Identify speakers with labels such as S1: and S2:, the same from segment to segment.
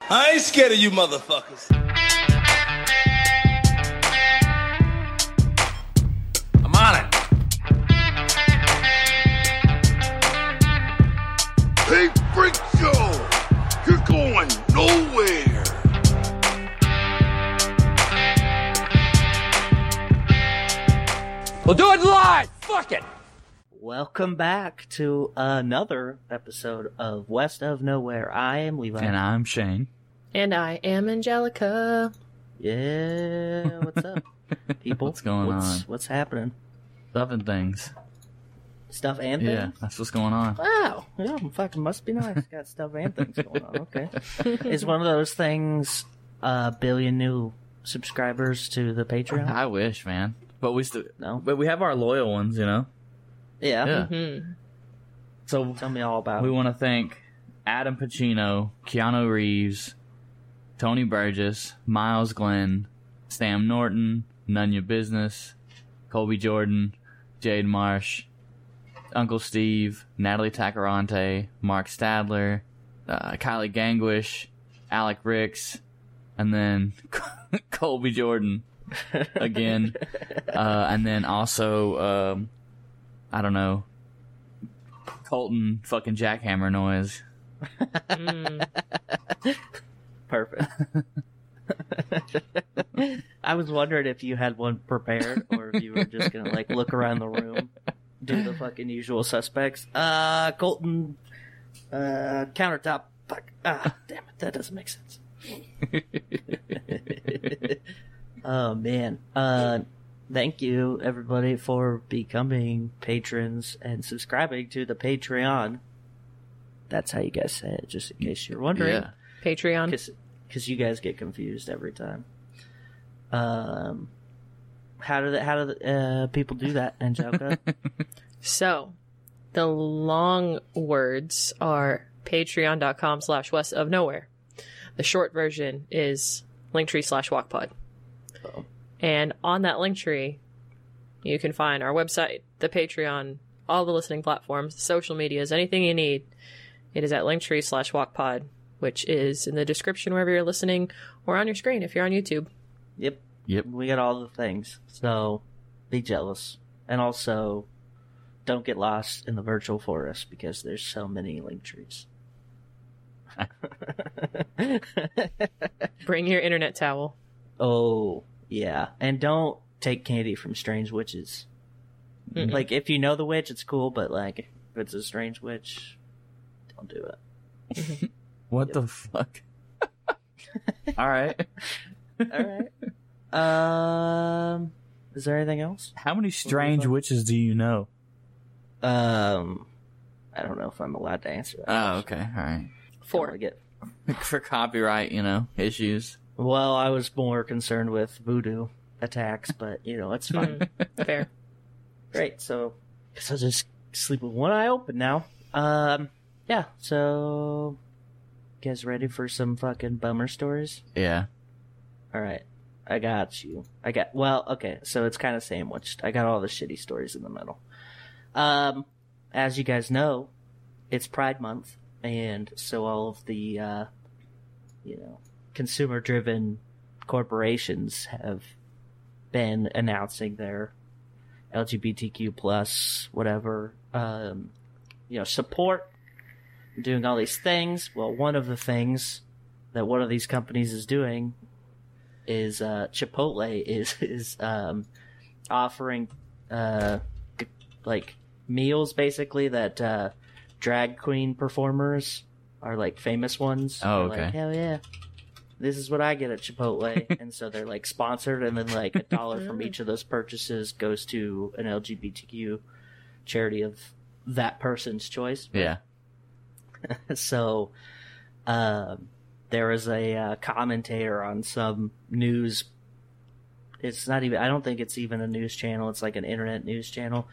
S1: I ain't scared of you motherfuckers.
S2: I'm on it.
S3: Hey, Freak Show! You're going nowhere!
S2: We'll do it live. Fuck it.
S4: Welcome back to another episode of West of Nowhere. I am Levi.
S5: And I'm Shane.
S6: And I am Angelica.
S4: yeah, what's up, people?
S5: What's going
S4: what's,
S5: on?
S4: What's happening?
S5: Loving things.
S4: Stuff and
S5: Yeah,
S4: things.
S5: that's what's going on.
S6: Wow.
S4: Yeah, fucking must be nice. Got stuff and things going on. Okay, it's one of those things. A billion new subscribers to the Patreon.
S5: I wish, man. But we still,
S4: No.
S5: but we have our loyal ones, you know.
S4: Yeah,
S5: Yeah.
S6: Mm-hmm.
S5: So
S4: tell me all about
S5: we
S4: it.
S5: want to thank Adam Pacino, Keanu Reeves, Tony Burgess, Miles Glenn, Sam Norton, None Your Business, Colby Jordan, Jade Marsh, Uncle Steve, Natalie Tacarante, Mark Stadler, uh, Kylie Gangwish, Alec Ricks, and then Colby Jordan again. uh, and then also, um, I don't know, Colton fucking jackhammer noise.
S6: Mm-hmm.
S4: Perfect. I was wondering if you had one prepared or if you were just gonna like look around the room, do the fucking usual suspects. Uh, Colton, uh, countertop. Fuck. Ah, damn it, that doesn't make sense. oh man. Uh, thank you everybody for becoming patrons and subscribing to the Patreon. That's how you guys say it, just in case you're wondering
S5: Yeah.
S6: Patreon.
S4: because you guys get confused every time. Um, how do the, how do the, uh, people do that, Angelica?
S6: So, the long words are patreon.com slash west of nowhere. The short version is linktree slash walkpod.
S4: Oh.
S6: And on that linktree, you can find our website, the Patreon, all the listening platforms, social medias, anything you need. It is at linktree slash walkpod, which is in the description wherever you're listening or on your screen if you're on YouTube.
S4: yep,
S5: Yep.
S4: we got all the things. So be jealous, and also don't get lost in the virtual forest because there's so many link trees.
S6: Bring your internet towel.
S4: Oh yeah, and don't take candy from strange witches.
S6: Mm-mm.
S4: Like if you know the witch, it's cool, but like if it's a strange witch, don't do it.
S5: What the fuck? All right.
S4: All right. Um, is there anything else?
S5: How many strange witches do you know?
S4: Um, I don't know if I'm allowed to answer that.
S5: Oh, okay. All right.
S4: Don't wanna
S6: Four.
S4: Get...
S5: For copyright, you know, issues.
S4: Well, I was more concerned with voodoo attacks, but you know it's fine.
S6: Mm, fair.
S4: Great. So, guess I'll just sleep with one eye open now. Um, yeah. So, you guys ready for some fucking bummer stories?
S5: Yeah.
S4: All right. I got you. I got well, okay, so it's kind of sandwiched. I got all the shitty stories in the middle. Um as you guys know, it's Pride month and so all of the uh you know, consumer driven corporations have been announcing their LGBTQ plus whatever um you know, support doing all these things. Well, one of the things that one of these companies is doing is uh, Chipotle is is um, offering uh, g- like meals basically that uh, drag queen performers are like famous ones.
S5: Oh,
S4: They're Like,
S5: okay.
S4: Hell yeah. This is what I get at Chipotle, and so they're like sponsored, and then like a dollar from each of those purchases goes to an LGBTQ charity of that person's choice.
S5: Yeah.
S4: So, um, there was a uh, commentator on some news. It's not even. I don't think it's even a news channel. It's like an internet news channel.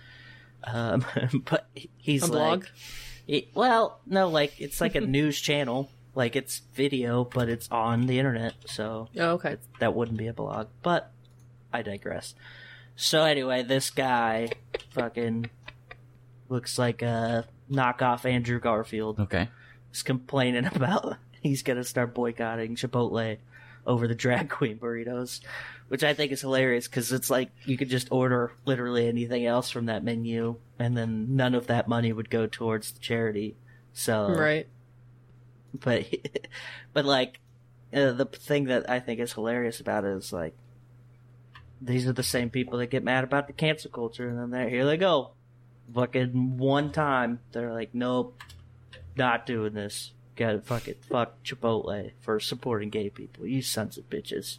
S4: Um, but he's
S6: A
S4: like,
S6: blog.
S4: it, well, no, like it's like a news channel. Like it's video, but it's on the internet. So
S6: Oh, okay.
S4: that wouldn't be a blog, but I digress. So anyway, this guy fucking looks like a knockoff Andrew Garfield
S5: Okay.
S4: was complaining about he's gonna start boycotting Chipotle over the drag queen burritos, which I think is hilarious because it's like you could just order literally anything else from that menu, and then none of that money would go towards the charity. So
S6: Right.
S4: but but like uh, the thing that I think is hilarious about it is like these are the same people that get mad about the cancel culture, and then there here they go, fucking one time they're like, nope, not doing this. Got to fuck it, fuck Chipotle for supporting gay people. You sons of bitches.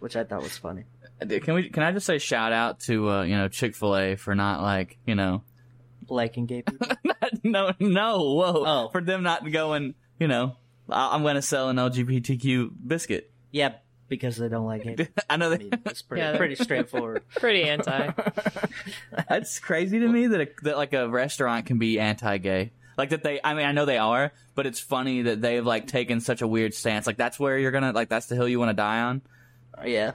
S4: Which I thought was funny.
S5: Uh, Can we? Can I just say shout out to uh, you know Chick Fil A for not like you know
S4: Liking gay people.
S5: no no whoa
S4: Oh.
S5: for them not going you know I- I'm gonna sell an LGBTQ biscuit.
S4: yeah, because they don't like it.
S5: I know
S4: I
S5: that
S4: mean, it's pretty,
S6: Yeah.
S4: pretty straightforward.
S6: Pretty anti.
S5: That's crazy to me that a, that like a restaurant can be anti-gay. Like that they, I mean, I know they are, but it's funny that they've like taken such a weird stance. Like that's where you're gonna, like that's the hill you want to die on.
S4: Yeah.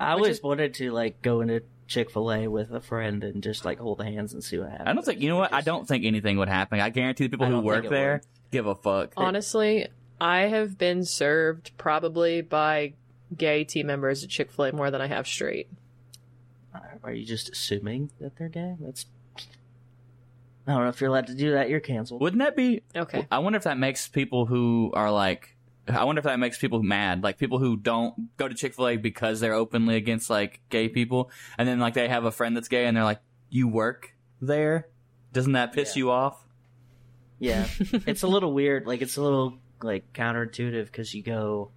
S4: I
S6: Which
S4: always
S6: is-
S4: wanted to like go into Chick Fil A with a friend and just like hold hands and see what happens.
S5: I don't think you know what. I don't think anything would happen. I guarantee the people
S4: I
S5: who
S4: don't think
S5: work
S4: it
S5: there
S4: would.
S5: give a fuck.
S6: Honestly, I have been served probably by gay team members at Chick fil A more than I have straight.
S4: uh, Are you just assuming that they're gay? That's. I don't know if you're allowed to do that. You're canceled.
S5: Wouldn't that be?
S6: Okay.
S5: I wonder if that makes people who are like, I wonder if that makes people mad. Like people who don't go to Chick Fil A because they're openly against like gay people, and then like they have a friend that's gay, and they're like, "You work there? Doesn't that piss you off?"
S4: Yeah, it's a little weird. Like it's a little like counterintuitive because you go,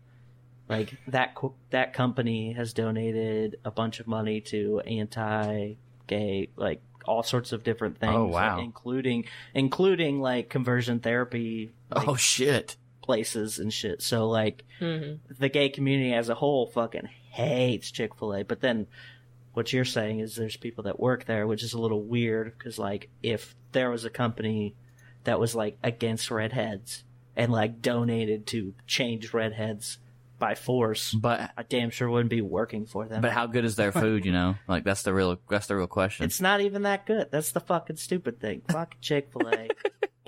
S4: like that co- that company has donated a bunch of money to anti-gay, like all sorts of different things.
S5: Oh, wow.
S4: like, including including like conversion therapy. like,
S5: oh shit!
S4: places and shit. So like
S6: Mhm.
S4: the gay community as a whole fucking hates Chick Fil A. But then what you're saying is there's people that work there, which is a little weird because like if there was a company that was like against redheads and like donated to change redheads by force,
S5: But
S4: I damn sure wouldn't be working for them.
S5: but how good is their food? You know, like that's the real that's the real question.
S4: it's not even that good. That's the fucking stupid thing. Fuck Chick Fil A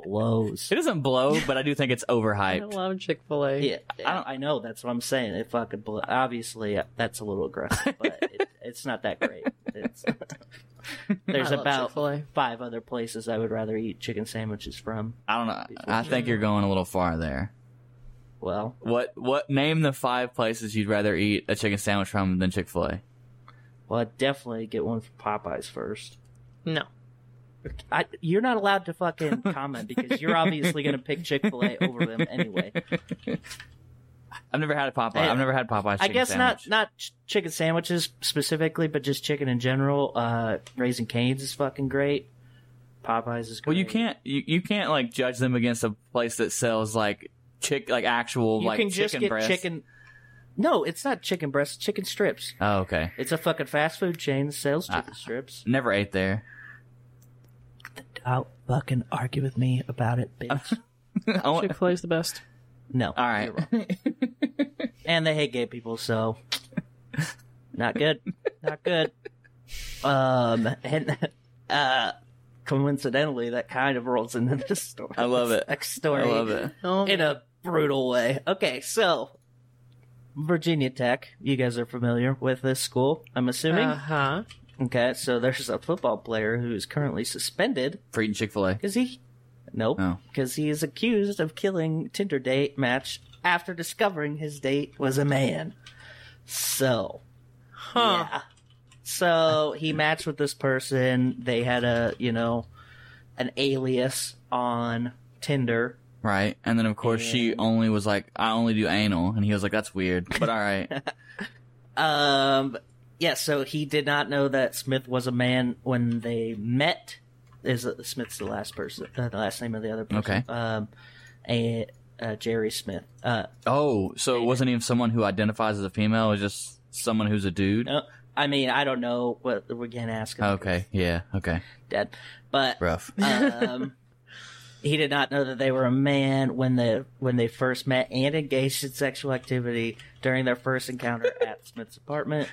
S4: blows.
S5: it doesn't blow, but I do think it's
S6: I
S5: overhyped.
S6: love Chick fil A.
S4: Yeah, I don't. I know that's what I'm saying. It fucking blew. Obviously, uh, that's a little aggressive, but it, it's not that great. It's, there's
S6: I love
S4: about
S6: Chick-fil-A.
S4: five other places I would rather eat chicken sandwiches from.
S5: I don't know. I think you're going a little far there.
S4: Well,
S5: What what name the five places you'd rather eat a chicken sandwich from than Chick Fil A?
S4: well, I'd definitely get one from Popeyes first.
S6: No.
S4: I, you're not allowed to fucking comment because you're obviously gonna pick Chick Fil A over them anyway.
S5: I've never had a Popeye.
S4: Hey,
S5: I've never had Popeye's.
S4: I
S5: chicken
S4: guess
S5: sandwich.
S4: not not ch- chicken sandwiches specifically, but just chicken in general. Uh, Raising Cane's is fucking great. Popeyes is great.
S5: Well, you can't. You, you can't like judge them against a place that sells like chick like actual
S4: you
S5: like
S4: can
S5: chicken
S4: just get
S5: breast.
S4: chicken. No, it's not chicken breasts. it's Chicken strips.
S5: Oh, okay.
S4: It's a fucking fast food chain that sells
S5: Ah.
S4: chicken strips.
S5: Never ate there.
S4: Don't fucking argue with me about it, bitch.
S5: I want-
S6: Chick fil A is the best.
S4: no.
S5: all right.
S4: And they hate gay people, so not good. Not good. Um, and uh, coincidentally, that kind of rolls into this story.
S5: I love it.
S4: Next story.
S5: I love it.
S6: Oh,
S4: in a brutal way. Okay, so Virginia Tech, you guys are familiar with this school, I'm assuming.
S6: uh huh.
S4: Okay, so there's a football player who is currently suspended
S5: For eating Chick Fil A.
S4: because he, nope,
S5: Oh.
S4: because he is accused of killing Tinder date match after discovering his date was a man. So,
S6: Huh.
S4: yeah. So he matched with this person. They had a, you know, an alias on Tinder.
S5: Right. And then of course she only was like, I only do anal, and he was like, that's weird, but all right.
S4: Um, yeah, so he did not know that Smith was a man when they met. Is uh, Smith's the last person, uh, the last name of the other person?
S5: Okay.
S4: Um, and uh, Jerry Smith. Uh,
S5: oh, so it wasn't even someone who identifies as a female; it was just someone who's a dude.
S4: no, I mean, I don't know what we can ask him.
S5: Okay. Yeah. Okay.
S4: dead, but
S5: Rough.
S4: um, he did not know that they were a man when the when they first met and engaged in sexual activity during their first encounter at Smith's apartment.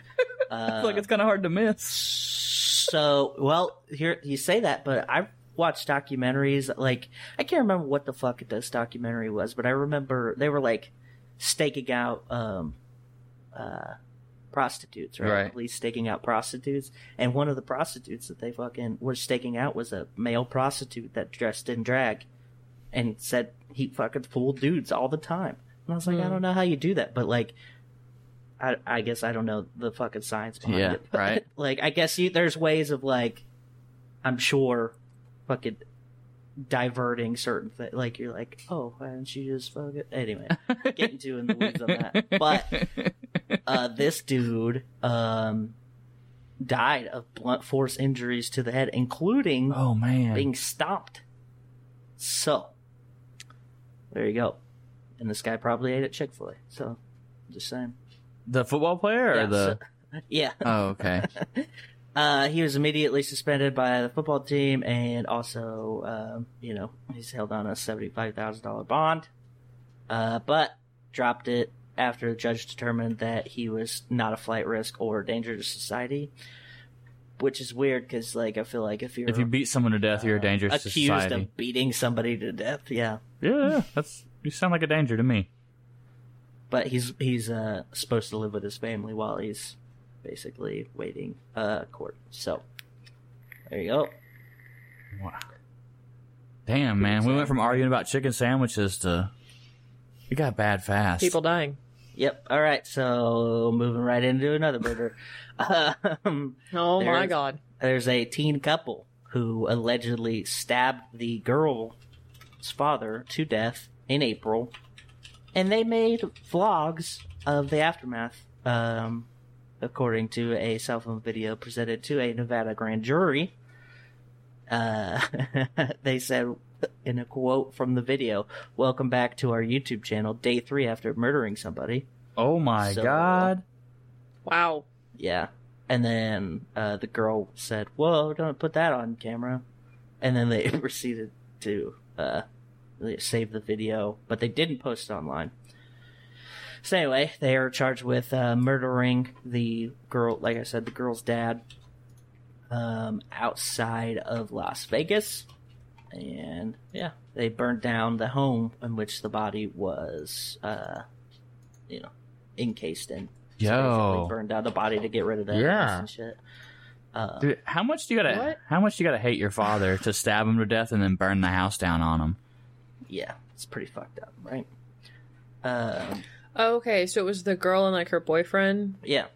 S4: Uh,
S5: like it's kind of hard to miss.
S4: So, well, here you say that, but I watch documentaries. Like, I can't remember what the fuck this documentary was, but I remember they were like staking out, um, uh, prostitutes, right?
S5: Right.
S4: Police staking out prostitutes. And one of the prostitutes that they fucking were staking out was a male prostitute that dressed in drag and said he fucking fooled dudes all the time. And I was
S5: Hmm.
S4: like, I don't know how you do that, but like, I, I guess I don't know the fucking science behind
S5: Yeah,
S4: it. but,
S5: right.
S4: Like, I guess you, there's ways of like, I'm sure, fucking diverting certain things. Like, you're like, oh, why didn't you just fuck it? Anyway, getting too in the weeds on that. But uh, this dude um, died of blunt force injuries to the head, including
S5: Oh man.
S4: being stomped. So, there you go. And this guy probably ate at Chick fil A. So, just saying.
S5: the football player or
S4: Yeah,
S5: the
S4: so- yeah.
S5: Oh, okay.
S4: Uh, he was immediately suspended by the football team, and also, um, you know, he's held on a seventy-five thousand dollar bond, uh, but dropped it after the judge determined that he was not a flight risk or danger to society. Which is weird because, like, I feel like if you're
S5: If you beat someone to death, you're a danger to
S4: accused
S5: society.
S4: of beating somebody to death, yeah,
S5: Yeah, yeah, that's you sound like a danger to me.
S4: but he's he's uh, supposed to live with his family while he's basically waiting uh, court. So there you go.
S5: Wow. Damn, man, we went from arguing about chicken sandwiches to it got bad fast.
S6: People dying.
S4: Yep. All right. So moving right into another murder. um,
S6: Oh my
S4: There's-
S6: god.
S4: there's a teen couple who allegedly stabbed the girl's father to death in April, and they made vlogs of the aftermath. Um, according to a cell phone video presented to a Nevada grand jury, uh, they said in a quote from the video, "Welcome back to our YouTube channel, day three after murdering somebody."
S5: oh my
S4: So-
S5: god.
S6: Wow.
S4: Yeah. And then uh, the girl said, "Whoa, don't put that on camera." And then they proceeded to uh, save the video, but they didn't post it online. So anyway, they are charged with uh, murdering the girl. Like I said, the girl's dad um, outside of Las Vegas, and yeah, they burned down the home in which the body was, uh, you know, encased in basically
S5: Yo.
S4: burned down the body to get rid of that
S5: Yeah.
S4: ass and shit. Uh,
S5: Dude, how much do you gotta
S6: What?
S5: how much do you gotta hate your father to stab him to death and then burn the house down on him?
S4: yeah, it's pretty fucked up, right? Um
S6: Oh, Okay, so it was the girl and like her boyfriend.
S4: yeah,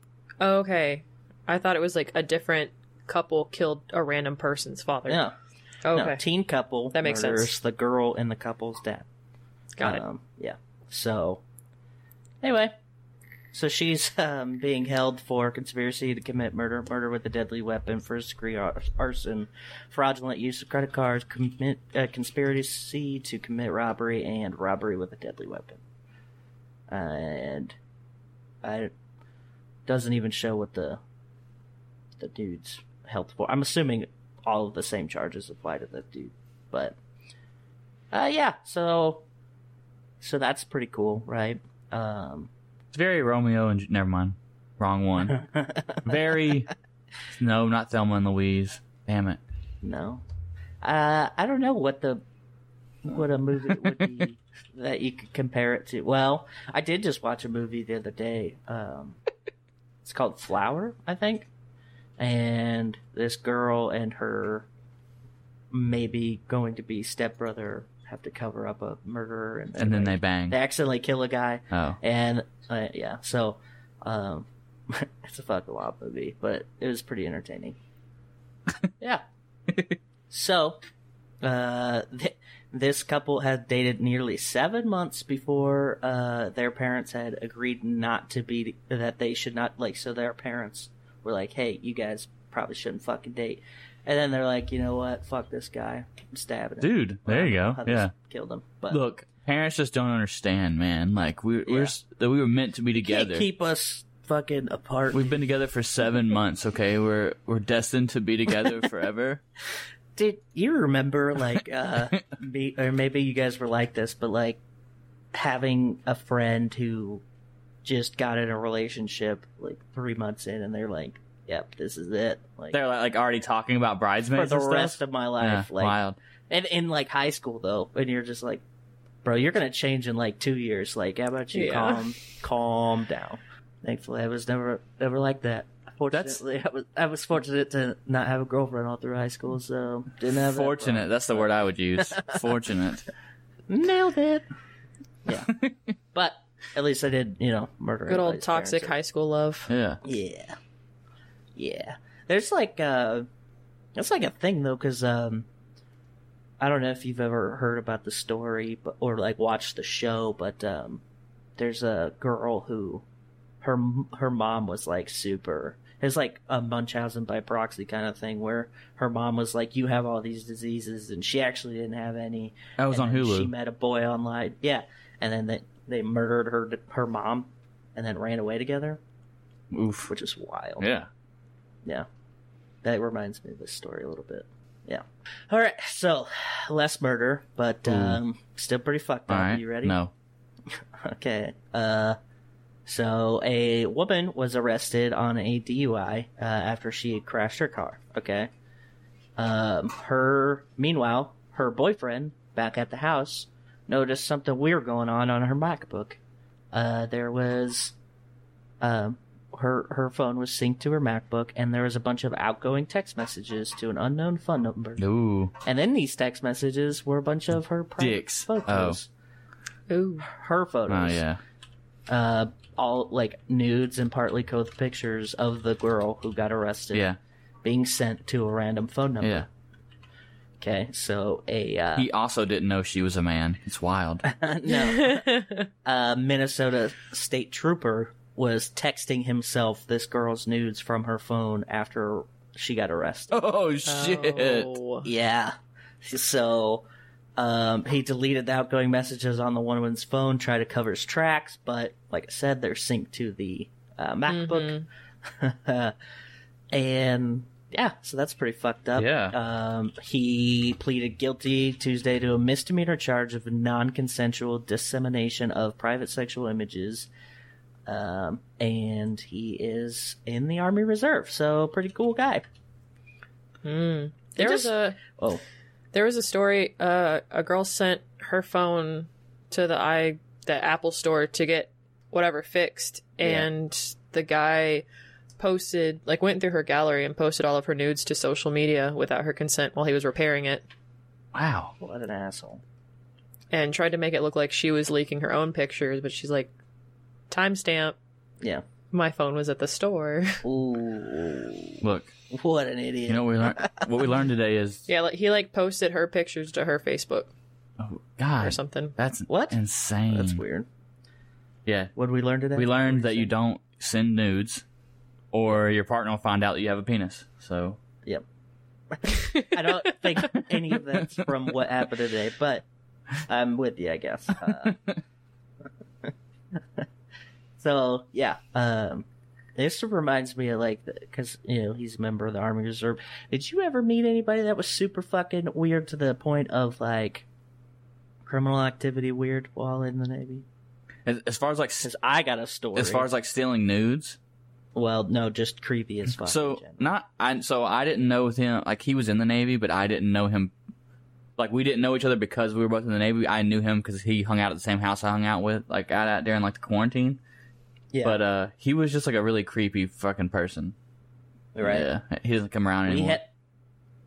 S6: Oh, Okay. I thought it was like a different couple killed a random person's father. Oh,
S4: no,
S6: Okay.
S4: no, teen couple
S6: That makes
S4: murders
S6: sense.
S4: The girl and the couple's dad.
S6: Got it.
S4: Um, yeah. So, anyway, so she's um, being held for conspiracy to commit murder, murder with a deadly weapon, first degree ar- arson, fraudulent use of credit cards, commit uh, conspiracy to commit robbery, and robbery with a deadly weapon. And I doesn't even show what the the dude's held for. I'm assuming all of the same charges apply to the dude, but uh, yeah. So so that's pretty cool, right? Um,
S5: It's very Romeo and never mind, wrong one. very no, not Thelma and Louise. Damn it.
S4: no, uh, I don't know what the what a movie would be that you could compare it to. Well, I did just watch a movie the other day. Um, it's called Flower, I think, and this girl and her maybe going to be stepbrother have to cover up a murderer, and,
S5: And then
S4: like,
S5: they bang.
S4: they accidentally kill a guy,
S5: Oh,
S4: and uh, yeah, so um, it's a fucking wild movie, but it was pretty entertaining. yeah. so, uh, th- this couple had dated nearly seven months before uh, their parents had agreed not to be that they should not like. So their parents were like, "Hey, you guys probably shouldn't fucking date." And then they're like, "You know what? Fuck this guy. I'm stabbing him."
S5: dude, there you go.
S4: How they
S5: Yeah.
S4: killed him. But
S5: Look, parents just don't understand, man. Like we we're
S4: Yeah.
S5: s- that we were meant to be
S4: can't
S5: together.
S4: keep us fucking apart.
S5: We've been together for seven months. Okay, we're we're destined to be together forever.
S4: Did you remember, like, uh, me, or maybe you guys were like this, but like having a friend who just got in a relationship like three months in, and they're like, yep, this is it. Like
S5: They're like, like already talking about
S4: for
S5: bridesmaids
S4: the
S5: and stuff.
S4: rest of my
S5: yeah,
S4: life. like
S5: wild.
S4: and in like high school though, and you're just like, bro, you're gonna change in like two years. Like, how about you
S6: Yeah.
S4: calm calm down? Thankfully, I was never never like that. Fortunately, I was I was fortunate to not have a girlfriend all through high school, so didn't have that
S5: Fortunate. That's the word I would use. Fortunate.
S4: problem. Nailed it. Yeah, but at least I did, you know, murder.
S6: Good old
S4: everybody's
S6: toxic
S4: parents.
S6: high school love.
S5: Yeah.
S4: Yeah, yeah. There's like uh, that's like a thing though, because um, I don't know if you've ever heard about the story, but or like watched the show, but um, there's a girl who her her mom was like super. It's like a Munchausen by proxy kind of thing where her mom was like, "You have all these diseases," and she actually didn't have any.
S5: That was
S4: And
S5: on
S4: then She
S5: Hulu.
S4: met a boy online, yeah, and then they they murdered her her mom, and then ran away together,
S5: Oof.
S4: which is wild.
S5: Yeah.
S4: Yeah. That reminds me of this story a little bit. Yeah. All right. So, less murder, but um, still pretty fucked
S5: All
S4: up.
S5: right.
S4: You ready?
S5: No.
S4: Okay. Uh, so a woman was arrested on a DUI uh, after she had crashed her car. Okay. Um, her meanwhile, her boyfriend back at the house noticed something weird going on on her MacBook. Uh, there was, um, her her phone was synced to her MacBook, and there was a bunch of outgoing text messages to an unknown phone number.
S5: Ooh.
S4: And in these text messages were a bunch of her private
S5: Dicks. Oh.
S4: photos,
S6: Ooh.
S4: her photos
S5: Oh yeah.
S4: uh, all like nudes and partly clothed pictures of the girl who got arrested
S5: Yeah.
S4: being sent to a random phone number.
S5: Yeah.
S4: Okay, so a uh,
S5: He also didn't know she was a man. It's wild.
S4: no, a Minnesota state trooper was texting himself this girl's nudes from her phone after she got arrested.
S5: oh shit.
S6: Oh.
S4: Yeah. So um, he deleted the outgoing messages on the one woman's phone, tried to cover his tracks, but like I said, they're synced to the uh, MacBook. and yeah, so that's pretty fucked up.
S5: Yeah.
S4: Um, he pleaded guilty Tuesday to a misdemeanor charge of non consensual dissemination of private sexual images. Um, and he is in the Army Reserve, so pretty cool guy.
S6: Hmm. There was
S4: just-
S6: a
S4: Oh,
S6: there was a story. Uh, a girl sent her phone to the i the Apple store to get whatever fixed,
S4: Yeah.
S6: and the guy posted like went through her gallery and posted all of her nudes to social media without her consent while he was repairing it,
S5: Wow.
S4: what an asshole.
S6: and tried to make it look like she was leaking her own pictures. But she's like, timestamp.
S4: Yeah.
S6: My phone was at the store.
S4: Ooh,
S5: Look,
S4: what an idiot!
S5: you know what we learned. what we learned today is
S6: yeah, like, he like posted her pictures to her Facebook
S5: oh,
S6: or
S5: God.
S6: something.
S5: That's
S4: What?
S5: insane.
S4: That's weird.
S5: Yeah.
S4: What did we learn today?
S5: mm. We
S4: What
S5: learned
S4: did
S5: that you don't send nudes, or your partner will find out that you have a penis. So
S4: say? Yep. I don't think any of that's from what happened today, but I'm with you, I guess. Uh, so yeah, um, this reminds me of like because you know he's a member of the Army Reserve. Did you ever meet anybody that was super fucking weird to the point of like criminal activity weird while in the Navy?
S5: as, as far as like s-
S4: Because I got a story.
S5: as far as like stealing nudes,
S4: well, no, just creepy as fuck. in
S5: so
S4: general.
S5: not I. So I didn't know with him. Like he was in the Navy, but I didn't know him. Like we didn't know each other because we were both in the Navy. I knew him because he hung out at the same house I hung out with, like out, out during like the quarantine.
S4: yeah,
S5: But uh, he was just like a really creepy fucking person.
S4: right.
S5: Yeah, he doesn't come around
S4: We
S5: anymore.
S4: had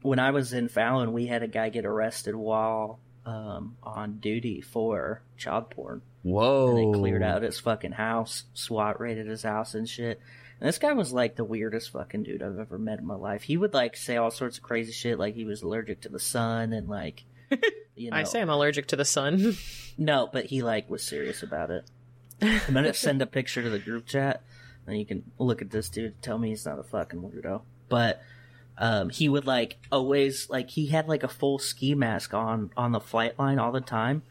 S4: when I was in Fallon, we had a guy get arrested while um, on duty for child porn.
S5: Whoa!
S4: And they
S5: Oh.
S4: cleared out his fucking house, SWAT raided his house and shit. And this guy was like the weirdest fucking dude I've ever met in my life. He would like say all sorts of crazy shit, like he was allergic to the sun and like, you know,
S6: I say I'm allergic to the sun.
S4: no, but he like was serious about it. I'm gonna send a picture to the group chat, and you can look at this dude. Tell me he's not a fucking weirdo. But um, he would like always like he had like a full ski mask on on the flight line all the time,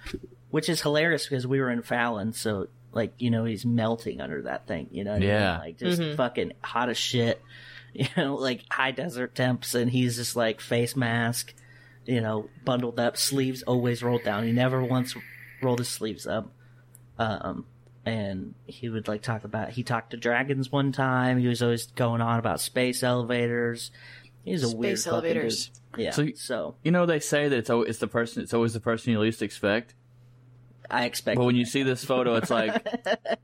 S4: which is hilarious because we were in Fallon, so like you know he's melting under that thing. You know, what I mean?
S5: Yeah.
S4: like just fucking hot as shit. You know, like high desert temps, and he's just like face mask, you know, bundled up, sleeves always rolled down. He never once rolled his sleeves up. Um, and he would like talk about he talked to dragons one time. He was always going on about space elevators. He's a weird
S6: Space
S4: fucking dude.
S6: elevators.
S4: Yeah.
S5: So
S4: So,
S5: you- You know they say that it's always, it's the person it's always the person you least expect.
S4: I expect
S5: But when you see this photo, it's like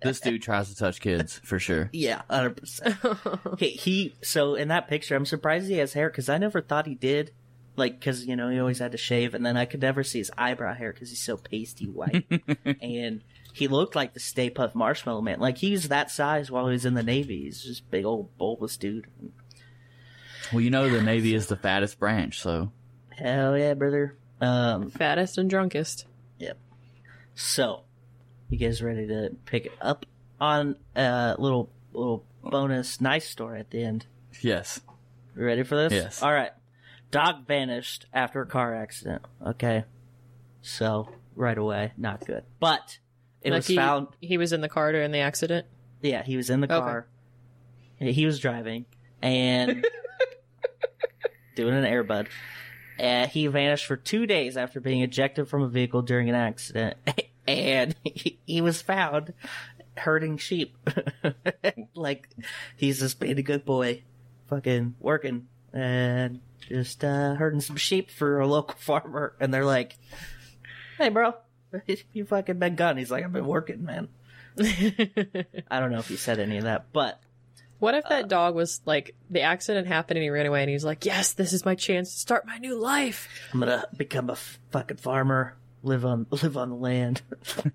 S5: this dude tries to touch kids for sure.
S4: Yeah, hundred percent. Okay, he so in that picture, I'm surprised he has hair because I never thought he did. Like, because you know he always had to shave, and then I could never see his eyebrow hair because he's so pasty white, and he looked like the Stay Puft Marshmallow Man. Like he was that size while he was in the Navy. He's just big old bulbous dude.
S5: Well, you know the Navy is the fattest branch, so
S4: Hell yeah, brother. Um,
S6: Fattest and drunkest.
S4: so you guys ready to pick it up on a little little bonus nice story at the end?
S5: yes.
S4: You ready for this?
S5: Yes.
S4: All right. Dog vanished after a car accident. Okay. So, right away, not good. But it was
S6: Lucky
S4: found.
S6: He was in the car during the accident.
S4: Yeah, he was in the
S6: Okay.
S4: car. He was driving and doing an airbud. Uh, he vanished for two days after being ejected from a vehicle during an accident, and he, he was found herding sheep. like he's just being a good boy, fucking working and just uh, herding some sheep for a local farmer. And they're like, "Hey, bro, you fucking been gone?" He's like, "I've been working, man." I don't know if he said any of that, but
S6: What if
S4: Uh.
S6: that dog was like the accident happened and he ran away and he was like, "Yes, this is my chance to start my new life,"
S4: I'm gonna become a f- fucking farmer, live on live on the land.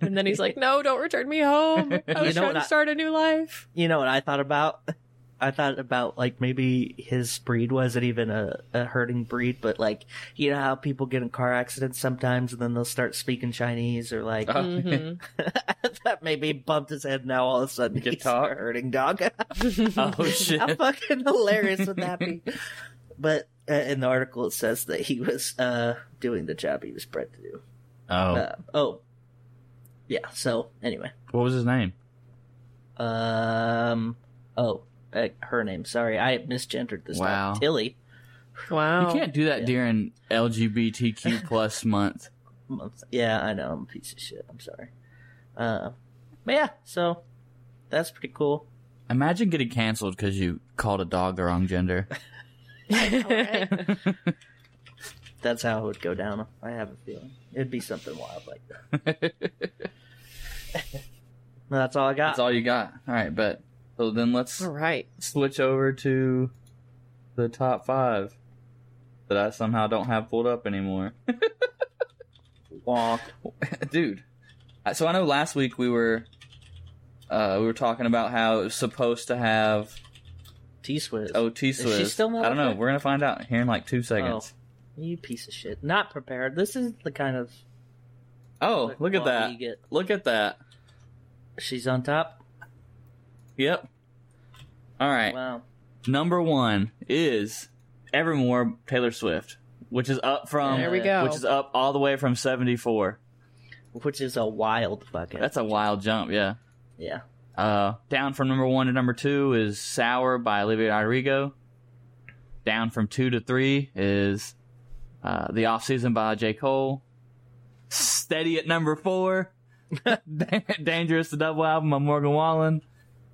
S6: and then he's like, "No, don't return me home. I was
S4: know
S6: trying
S4: what
S6: to
S4: I-
S6: start a new life."
S4: you know what I thought about? I thought about like maybe his breed wasn't even a, a herding breed, but like you know how people get in car accidents sometimes and then they'll start speaking Chinese or like
S6: Mm-hmm.
S4: that maybe bumped his head now all of a sudden
S5: Uh-huh. Can
S4: he's
S5: talk.
S4: a herding dog.
S5: oh shit!
S4: How fucking hilarious would that be? But uh, in the article it says that he was uh, doing the job he was bred to do.
S5: Oh,
S4: Uh, oh, yeah. So anyway,
S5: what was his name?
S4: um, oh, uh, her name. Sorry, I misgendered this.
S5: Wow.
S4: time. Tilly.
S6: Wow.
S5: You can't do that
S4: Oh, Yeah.
S5: during LGBTQ plus month.
S4: Yeah, I know. I'm a piece of shit. I'm sorry. Uh, but yeah. So that's pretty cool.
S5: Imagine getting canceled because you called a dog the wrong gender.
S4: That's how it would go down. I have a feeling it'd be something wild like that. Well, that's all I got.
S5: That's all you got. All right, bet. So then let's
S6: All right.
S5: switch over to the top five that I somehow don't have pulled up anymore.
S4: Wonk.
S5: dude. I- So I know last week we were uh, we were talking about how it was supposed to have
S4: T Swiss.
S5: OT
S4: she
S5: Swiss.
S4: still not
S5: I don't know.
S4: okay?
S5: We're gonna find out here in like two
S4: Oh.
S5: seconds.
S4: you piece of shit. Not prepared. This is the kind of
S5: Oh,
S4: Look
S5: look at
S4: what
S5: that!
S4: we get.
S5: Look at that!
S4: she's on top.
S5: Yep. All right.
S4: Wow.
S5: Number one is Evermore Taylor Swift, which is up from
S6: There we go.
S5: which is up all the way from seventy four.
S4: Which is a wild bucket.
S5: That's a wild jump. Yeah.
S4: yeah.
S5: Uh, down from number one to number two is Sour by Olivia Rodrigo. Down from two to three is uh, The Off Season by J. Cole. Steady at number four, Dan- Dangerous the Double Album by Morgan Wallen.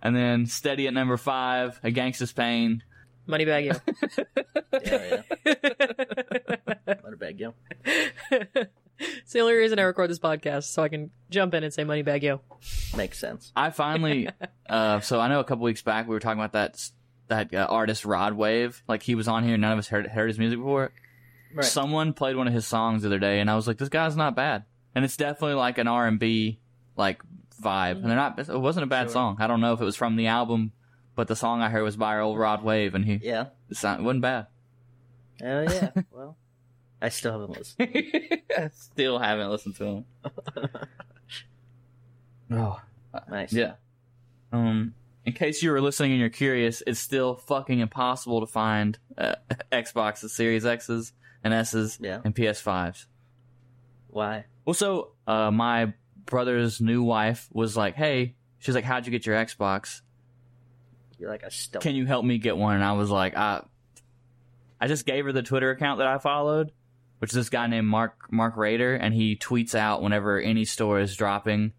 S5: And then steady at number five, A Gangsta's Pain.
S6: Moneybag you.
S4: Yeah, yeah. what a bad go.
S6: it's the only reason I record this podcast, so I can jump in and say Moneybag you.
S4: Makes sense.
S5: I finally, uh, so I know a couple weeks back we were talking about that that uh, artist Rod Wave. Like he was on here, none of us heard, heard his music before.
S4: Right.
S5: someone played one of his songs the other day and i was like this guy's not bad and it's definitely like an r&b like vibe and they're not it wasn't a bad song i don't know if it was from the album but the song i heard was by old rod wave and he
S4: yeah.
S5: it's not, it wasn't bad
S4: Oh yeah. well, I still haven't listened.
S5: I still haven't listened to him oh
S4: Nice.
S5: yeah um in case you were listening and you're curious it's still fucking impossible to find uh, xboxes series x's and s's
S4: Yeah.
S5: and ps5s
S4: Why?
S5: Well, so uh, my brother's new wife was like, "Hey," she's like, "How'd you get your Xbox?
S4: You're like a stone.
S5: Can you help me get one?" And I was like, "I, I just gave her the Twitter account that I followed, which is this guy named Mark Mark Raider, and he tweets out whenever any store is dropping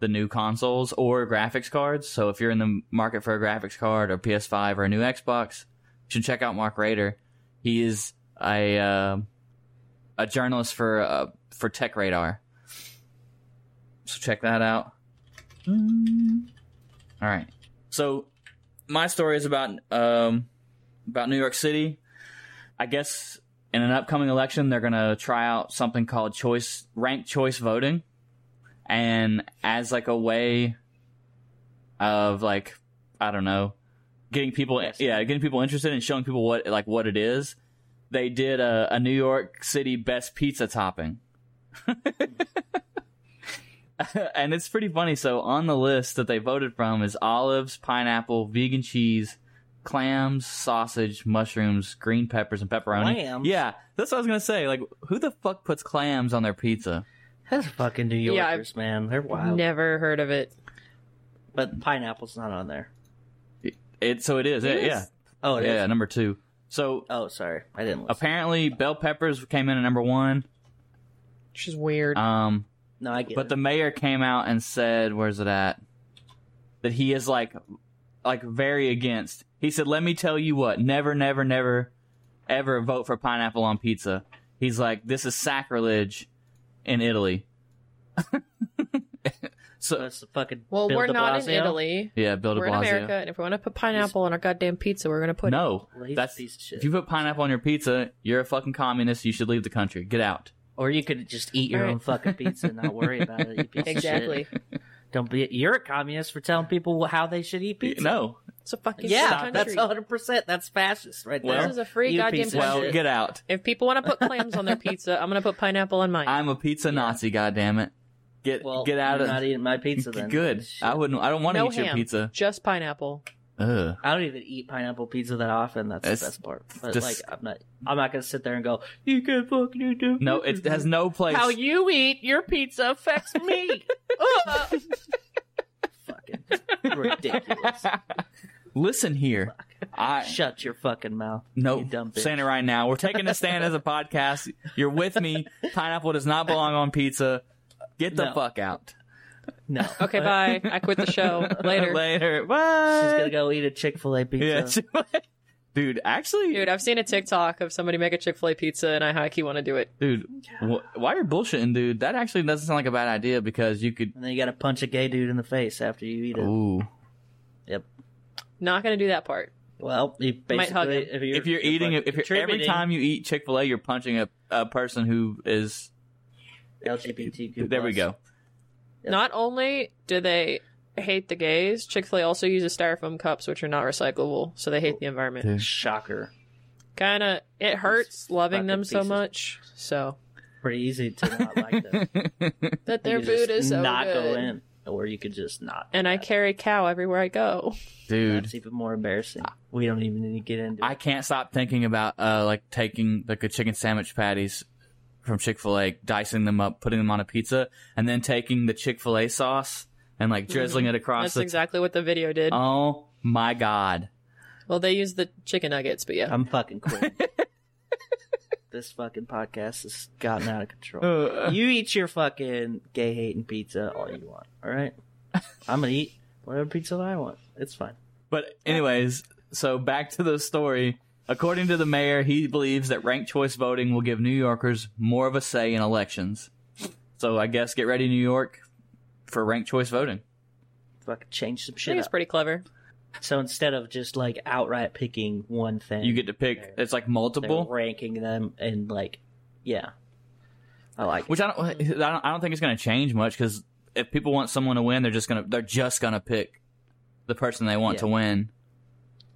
S5: the new consoles or graphics cards. So if you're in the market for a graphics card or PS5 or a new Xbox, you should check out Mark Rader. He is a uh, a journalist for uh, for Tech Radar. So check that out. All right. So my story is about um, about New York City. I guess in an upcoming election they're going to try out something called choice ranked choice voting and as like a way of like I don't know getting people yeah getting people interested and showing people what like what it is they did a, a New York City best pizza topping and it's pretty funny so on the list that they voted from is olives pineapple vegan cheese clams sausage mushrooms green peppers and pepperoni
S4: Clams?
S5: yeah that's what I was gonna say like who the fuck puts clams on their pizza
S4: That's fucking New
S6: Yeah, I-
S4: Yorkers, man. They're wild.
S6: Never heard of it.
S4: But pineapple's not on there.
S5: It so it is.
S6: It
S5: it-
S6: is?
S5: Yeah.
S4: Oh, it is.
S5: yeah, number 2. So
S4: Oh, sorry. I didn't listen.
S5: apparently bell peppers came in at number 1.
S6: Which is weird.
S5: Um
S4: No, I get
S5: but
S4: it.
S5: the mayor came out and said, where's it at? That he is like like very against. He said, "Let me tell you what. Never never never ever vote for pineapple on pizza." He's like, "This is sacrilege in Italy." so
S4: That's the fucking
S6: well,
S4: Bill
S6: we're
S4: de
S6: not in
S4: Blasio.
S6: Italy.
S5: yeah, Bill de
S6: We're in
S5: Blasio.
S6: America, and if we want to put pineapple on our goddamn pizza, we're gonna put it.
S5: No,
S4: Well, he's a
S5: that's
S4: piece of shit.
S5: If you put pineapple on your pizza, you're a fucking communist. You should leave the country. Get out.
S4: Or you could just eat your
S6: All right.
S4: own fucking pizza and not worry about it. You piece of shit.
S6: Exactly.
S4: Don't be. You're a communist for telling people wh- how they should eat pizza.
S5: No.
S6: It's a fucking
S4: Yeah,
S6: country.
S4: that's 100. percent That's fascist right
S5: Well,
S4: there.
S5: This
S6: is a free
S4: You
S6: goddamn
S4: piece of
S5: Well,
S4: shit.
S5: get out.
S6: If people want to put clams on their pizza, I'm gonna put pineapple on mine.
S5: I'm a pizza Nazi. goddamn it. Get
S4: Well,
S5: get out
S4: you're
S5: of
S4: not eating my pizza. Then
S5: Good.
S4: Shit.
S5: I wouldn't. I don't want to
S6: no
S5: eat
S6: ham,
S5: your pizza.
S6: just pineapple.
S5: Ugh.
S4: I don't even eat pineapple pizza that often. That's
S5: It's
S4: the best part. But
S5: just-
S4: like, I'm not. I'm not gonna sit there and go. You can't fucking eat that
S5: No,
S4: pizza."
S5: it has no place.
S4: How you eat your pizza affects me.
S6: Oh,
S4: Ugh. fucking ridiculous.
S5: Listen here. I
S4: Shut your fucking mouth.
S5: no.
S4: you dumb bitch.
S5: Saying it right now. We're taking a stand as a podcast. You're with me. Pineapple does not belong on pizza. Get the
S4: No.
S5: fuck out.
S4: No.
S6: Okay, bye. I quit the show. Later.
S5: Later.
S4: Oh, She's
S5: Bye.
S4: gonna go eat a Chick Fil A
S5: Yeah.
S4: pizza.
S5: Dude, actually,
S6: Dude, I've seen a TikTok of somebody make a Chick fil A pizza, and I high key want to do it.
S5: Dude, wh- why you're bullshitting, dude? That actually doesn't sound like a bad idea because you could.
S4: And then you gotta punch a gay dude in the face after you eat it.
S5: Ooh,
S4: Yep.
S6: Not going to do that part.
S4: Well, you basically,
S6: Might hug him.
S4: if you're,
S5: if you're eating, if you're, every time you eat Chick Fil A, you're punching a, a person who is.
S4: LGBTQ.
S5: There we go.
S6: Not only do they hate the gays, Chick fil A also uses styrofoam cups, which are not recyclable, so they hate the environment.
S4: Shocker.
S6: Kind of, it hurts loving
S4: fucking
S6: them so
S4: pieces.
S6: much, so
S4: Pretty easy to not like that.
S6: that
S4: You
S6: their
S4: could just
S6: food is so
S4: not
S6: good.
S4: go in, or you could just not.
S6: And I carry cow everywhere I go.
S5: Dude,
S4: It's even more embarrassing. We don't even need to get into.
S5: I
S4: it.
S5: can't stop thinking about uh like taking like a chicken sandwich patties from Chick Fil A, dicing them up, putting them on a pizza, and then taking the Chick Fil A sauce and like drizzling it across.
S6: That's
S5: The-
S6: exactly what the video did.
S4: Uh,
S5: oh my god!
S6: Well, they use the chicken nuggets, but yeah.
S4: I'm fucking quitting. this fucking podcast has gotten out of control. you eat your fucking gay hating pizza all you want. All right, I'm gonna eat whatever pizza I want. It's fine.
S5: But anyways, so back to the story. According to the mayor, he believes that ranked choice voting will give New Yorkers more of a say in elections. So I guess get ready, New York, for ranked choice voting.
S4: Fucking change some
S6: I think
S4: shit
S6: it's
S4: up.
S6: pretty clever.
S4: So instead of just like outright picking one thing,
S5: You get to pick. It's like
S4: they're
S5: multiple,
S4: ranking them and like, yeah, I like.
S5: which I don't. I don't, I don't think it's going to change much because if people want someone to win, they're just gonna. They're just gonna pick the person they want
S4: Yeah.
S5: to win.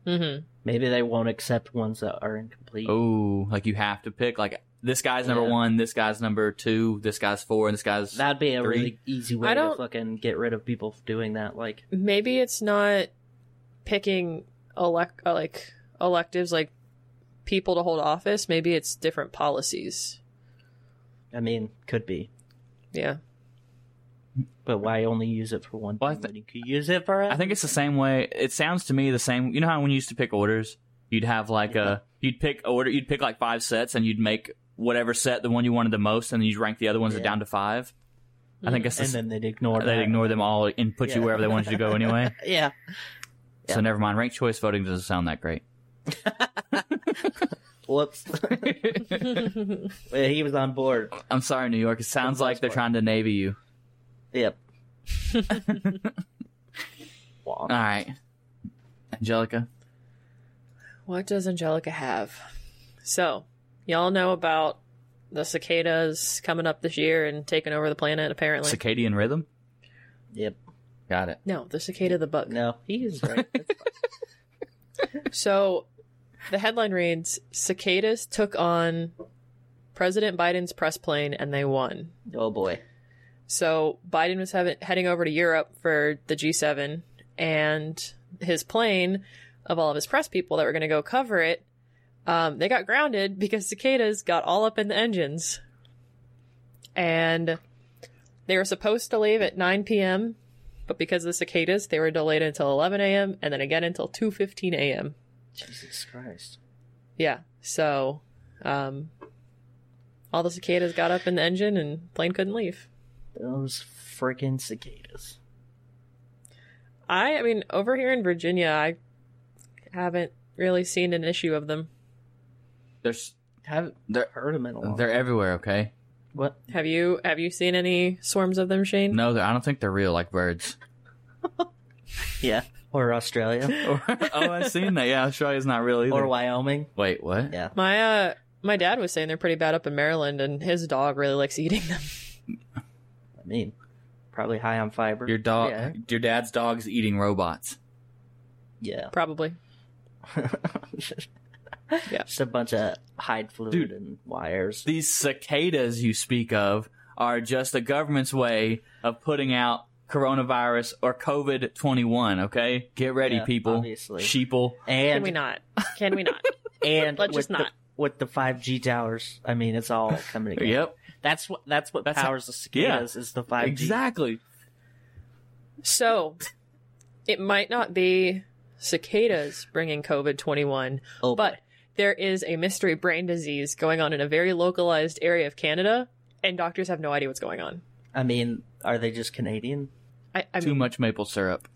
S6: Mm-hmm.
S4: it. Maybe they won't accept ones that are incomplete.
S5: Oh, like you have to pick. Like this guy's number
S4: Yeah.
S5: one, this guy's number two, this guy's four, and this guy's.
S4: That'd be a
S5: Three.
S4: really easy way
S6: I
S4: to
S6: don't-
S4: fucking get rid of people for doing that. Like,
S6: maybe it's not picking elect uh, like electives like people to hold office maybe it's different policies
S4: I mean, could be,
S6: yeah
S4: but why only use it for one?
S5: Well, I
S4: thing
S5: thi-
S4: when you could use it for.
S5: I think it's the same way. It sounds to me the same. You know how when you used to pick orders, you'd have like a you'd pick order, you'd pick like five sets, and you'd make whatever set the one you wanted the most, and then you'd rank the other ones
S4: Yeah. Mm.
S5: down to five. I think it's
S4: and then they'd ignore
S5: they'd
S4: that.
S5: ignore them all and put you
S4: Yeah.
S5: wherever they wanted you to go anyway.
S4: Yeah.
S5: So never mind. Ranked choice voting doesn't sound that great.
S4: Whoops. Yeah, he was on board.
S5: I'm sorry, New York. It sounds like they're trying to navy you.
S4: Yep. Womp.
S5: All right, Angelica.
S6: What does Angelica have? So, y'all know about the cicadas coming up this year and taking over the planet, apparently.
S5: Circadian rhythm.
S4: Yep.
S5: Got it.
S6: no, the cicada the bug.
S4: No, he is right.
S6: So, the headline reads Cicadas took on President Biden's press plane and they won.
S4: oh boy.
S6: So Biden was having, heading over to Europe for the G7, and his plane of all of his press people that were going to go cover it, um, they got grounded because cicadas got all up in the engines, and they were supposed to leave at 9 p.m. But because of the cicadas, they were delayed until 11 a.m. and then again until 2:15 a.m.
S4: Jesus Christ.
S6: Yeah, so um, all the cicadas got up in the engine and plane couldn't leave.
S4: Those freaking cicadas.
S6: I, I mean, over here in Virginia, I haven't really seen an issue of them.
S5: There's have they're
S4: Heard him in a while.
S5: they're everywhere. Okay.
S4: What?
S6: Have you have you seen any swarms of them, Shane?
S5: No, they're, I don't think they're real like birds.
S4: Yeah. Or Australia.
S5: oh, I've seen that. Yeah, Australia's not real either.
S4: or Wyoming.
S5: Wait, what?
S4: Yeah.
S6: My uh, my dad was saying they're pretty bad up in Maryland, and his dog really likes eating them.
S4: I mean, probably high on fiber.
S5: Your dog,
S4: Yeah.
S5: your dad's dog's eating robots.
S4: Yeah.
S6: Probably. Yeah.
S4: Just a bunch of hide fluid
S5: Dude.
S4: and wires.
S5: These cicadas you speak of are just the government's way of putting out coronavirus or COVID twenty one. Okay, get ready,
S4: Yeah,
S5: people.
S4: obviously.
S5: sheeple.
S6: Can we
S4: and
S6: not? Can we not?
S4: and
S6: Let's
S4: with
S6: just not.
S4: The, with the five G towers, I mean, it's all coming together.
S5: Yep,
S4: That's what that's what
S5: That's how-
S4: powers the cicadas is the five G.
S5: exactly.
S6: So, it might not be cicadas bringing COVID twenty one,
S4: Oh,
S6: but there is a mystery brain disease going on in a very localized area of Canada, and doctors have no idea what's going on.
S4: I mean, are they just Canadian?
S6: I, I
S5: Too
S6: mean,
S5: much maple syrup.